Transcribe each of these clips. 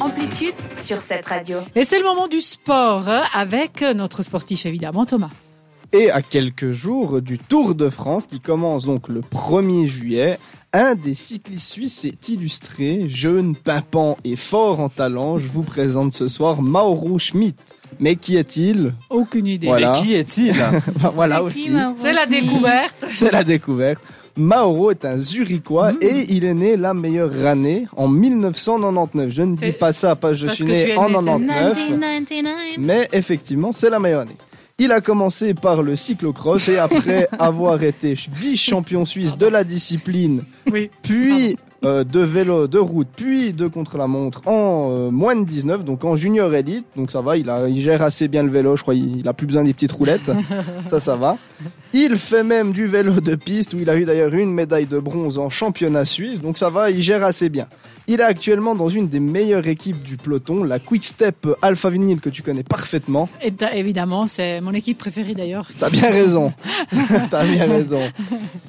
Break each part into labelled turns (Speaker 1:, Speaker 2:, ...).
Speaker 1: Amplitude sur cette radio.
Speaker 2: Et c'est le moment du sport euh, avec notre sportif évidemment Thomas.
Speaker 3: Et à quelques jours du Tour de France qui commence donc le 1er juillet, un des cyclistes suisses s'est illustré, jeune, pimpant et fort en talent. Je vous présente ce soir Mauro Schmidt. Mais qui est-il
Speaker 2: Aucune idée.
Speaker 3: Voilà.
Speaker 4: Mais qui est-il
Speaker 3: Ben Voilà aussi,
Speaker 2: C'est la découverte.
Speaker 3: c'est la découverte. Mauro est un Zurichois
Speaker 2: Mm.
Speaker 3: et il est né la meilleure année en 1999. Je ne
Speaker 2: C'est-
Speaker 3: dis pas ça parce que je
Speaker 2: parce
Speaker 3: suis
Speaker 2: que tu es
Speaker 3: né en
Speaker 2: né, c'est
Speaker 3: 99. Mais effectivement, c'est la meilleure année. Il a commencé par le cyclocross et après avoir été vice-champion suisse de la discipline,
Speaker 2: Oui.
Speaker 3: puis euh, de vélo de route, puis de contre-la-montre en euh, moins de 19, donc en junior élite. Donc ça va, il, a- il gère assez bien le vélo, je crois, il, il a plus besoin des petites roulettes. ça, ça va. Il fait même du vélo de piste où il a eu d'ailleurs une médaille de bronze en championnat suisse, donc ça va, il gère assez bien. Il est actuellement dans une des meilleures équipes du peloton, la Quick Step Alpha Vinyl que tu connais parfaitement.
Speaker 2: Et t'as- évidemment, c'est mon équipe préférée d'ailleurs.
Speaker 3: T'as bien raison. T'as bien raison.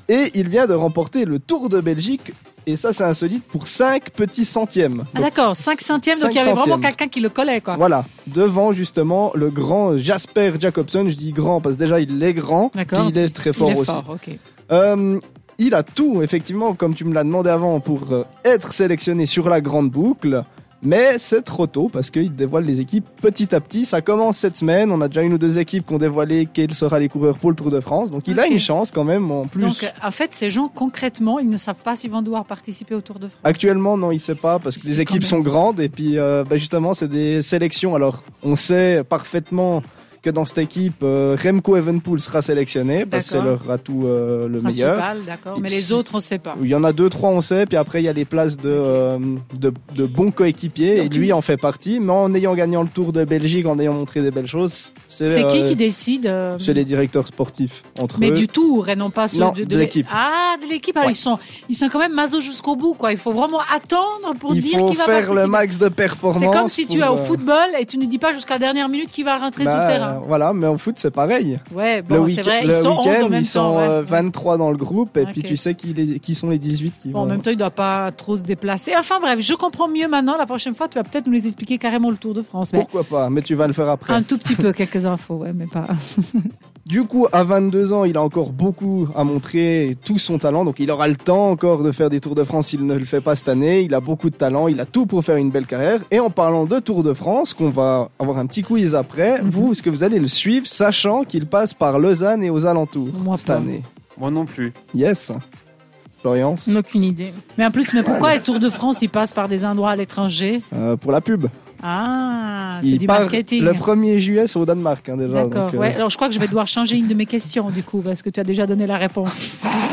Speaker 3: Et il vient de remporter le Tour de Belgique, et ça c'est insolite, pour 5 petits centièmes.
Speaker 2: Ah d'accord, 5 centièmes, donc il
Speaker 3: Cinq
Speaker 2: y avait vraiment
Speaker 3: centièmes.
Speaker 2: quelqu'un qui le collait quoi.
Speaker 3: Voilà, devant justement le grand Jasper Jacobson, je dis grand parce que déjà il est grand, puis
Speaker 2: D'accord.
Speaker 3: il est très fort
Speaker 2: il est
Speaker 3: aussi.
Speaker 2: fort, ok.
Speaker 3: Euh, il a tout, effectivement, comme tu me l'as demandé avant, pour euh, être sélectionné sur la grande boucle. Mais c'est trop tôt parce qu'il dévoile les équipes petit à petit. Ça commence cette semaine. On a déjà une ou deux équipes qui ont dévoilé quels sera les coureurs pour le Tour de France. Donc il a
Speaker 2: Ok.
Speaker 3: une chance quand même en plus.
Speaker 2: Donc euh, en fait, ces gens concrètement, ils ne savent pas s'ils vont devoir participer au Tour de France.
Speaker 3: Actuellement, non, il sait pas parce que
Speaker 2: Il
Speaker 3: les
Speaker 2: sait
Speaker 3: équipes
Speaker 2: quand
Speaker 3: sont grandes et puis euh, bah, justement, c'est des sélections. Alors, on sait parfaitement que dans cette équipe, euh, Remco Evenpool sera sélectionné parce que c'est
Speaker 2: D'accord.
Speaker 3: leur atout euh, le meilleur.
Speaker 2: Principal, d'accord. Mais
Speaker 3: Il-
Speaker 2: les autres, on ne sait pas.
Speaker 3: Il y en a deux, trois, on sait. Puis après, il y a les places de, euh, de, de bons coéquipiers. Et
Speaker 2: Donc,
Speaker 3: lui
Speaker 2: tu-
Speaker 3: en fait partie. Mais en ayant gagné le Tour de Belgique, en ayant montré des belles choses, c'est
Speaker 2: C'est qui
Speaker 3: euh,
Speaker 2: qui décide euh,
Speaker 3: c'est les directeurs sportifs entre
Speaker 2: Mais
Speaker 3: eux.
Speaker 2: du tour et non pas ceux
Speaker 3: Non,
Speaker 2: de,
Speaker 3: de l'équipe.
Speaker 2: Ah, de l'équipe. Alors
Speaker 3: Ouais.
Speaker 2: ils sont, ils sont quand même maso jusqu'au bout, quoi. Il faut vraiment attendre pour
Speaker 3: il
Speaker 2: dire
Speaker 3: faut
Speaker 2: qui va
Speaker 3: faire le
Speaker 2: participer.
Speaker 3: max de performance.
Speaker 2: C'est comme si tu
Speaker 3: pour,
Speaker 2: as au
Speaker 3: euh,
Speaker 2: football et tu ne dis pas jusqu'à la dernière minute qui va rentrer sur
Speaker 3: bah,
Speaker 2: le terrain.
Speaker 3: Voilà, mais en foot, c'est pareil.
Speaker 2: Ouais,
Speaker 3: le
Speaker 2: bon, c'est
Speaker 3: week-
Speaker 2: vrai.
Speaker 3: le
Speaker 2: Ils sont 11
Speaker 3: week-end,
Speaker 2: en même
Speaker 3: ils
Speaker 2: temps.
Speaker 3: sont
Speaker 2: ouais.
Speaker 3: euh, 23 dans le groupe. Et puis
Speaker 2: Ok.
Speaker 3: tu sais qui, les- qui sont les 18 qui
Speaker 2: Bon, en
Speaker 3: vont.
Speaker 2: même temps, il ne doit pas trop se déplacer. Enfin bref, je comprends mieux maintenant. La prochaine fois, tu vas peut-être nous les expliquer carrément le Tour de France. Mais
Speaker 3: Pourquoi pas Mais tu vas le faire après.
Speaker 2: un tout petit peu, quelques infos, ouais, mais pas.
Speaker 3: Du coup, à 22 ans, il a encore beaucoup à montrer, et tout son talent. Donc, il aura le temps encore de faire des Tours de France s'il ne le fait pas cette année. Il a beaucoup de talent, il a tout pour faire une belle carrière. Et en parlant de Tour de France, qu'on va avoir un petit quiz après,
Speaker 2: Mhm.
Speaker 3: vous, est-ce que vous allez le suivre, sachant qu'il passe par Lausanne et aux alentours
Speaker 2: Moi
Speaker 3: cette
Speaker 2: pas.
Speaker 3: année
Speaker 4: Moi non plus.
Speaker 3: Yes Florian,
Speaker 2: Mm.
Speaker 5: Aucune idée.
Speaker 2: Mais en plus, mais pourquoi le Tour de France, il passe par des endroits à l'étranger
Speaker 3: euh, pour la pub.
Speaker 2: Ah, c'est
Speaker 3: Il
Speaker 2: du
Speaker 3: part
Speaker 2: marketing.
Speaker 3: le 1er juillet, c'est au Danemark hein, déjà.
Speaker 2: D'accord.
Speaker 3: donc, euh,
Speaker 2: ouais. Alors, je crois que je vais devoir changer une de mes questions, du coup, parce que tu as déjà donné la réponse.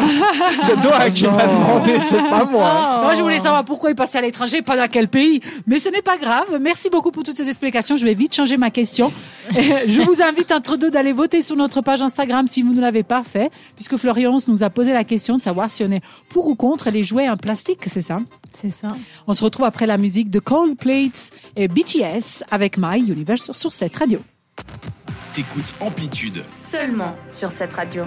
Speaker 3: C'est toi qui m'as demandé, c'est pas moi.
Speaker 5: Oh.
Speaker 2: Moi, je voulais savoir pourquoi il passait à l'étranger, pas dans quel pays. Mais ce n'est pas grave. Merci beaucoup pour toutes ces explications. Je vais vite changer ma question. Et je vous invite, entre deux, d'aller voter sur notre page Instagram si vous ne l'avez pas fait, puisque Florence nous a posé la question de savoir si on est pour ou contre les jouets en plastique, c'est ça
Speaker 5: C'est ça.
Speaker 2: On se retrouve après la musique de Cold Plates et BTS avec My Universe sur cette radio.
Speaker 6: T'écoutes Amplitude.
Speaker 1: Seulement sur cette radio.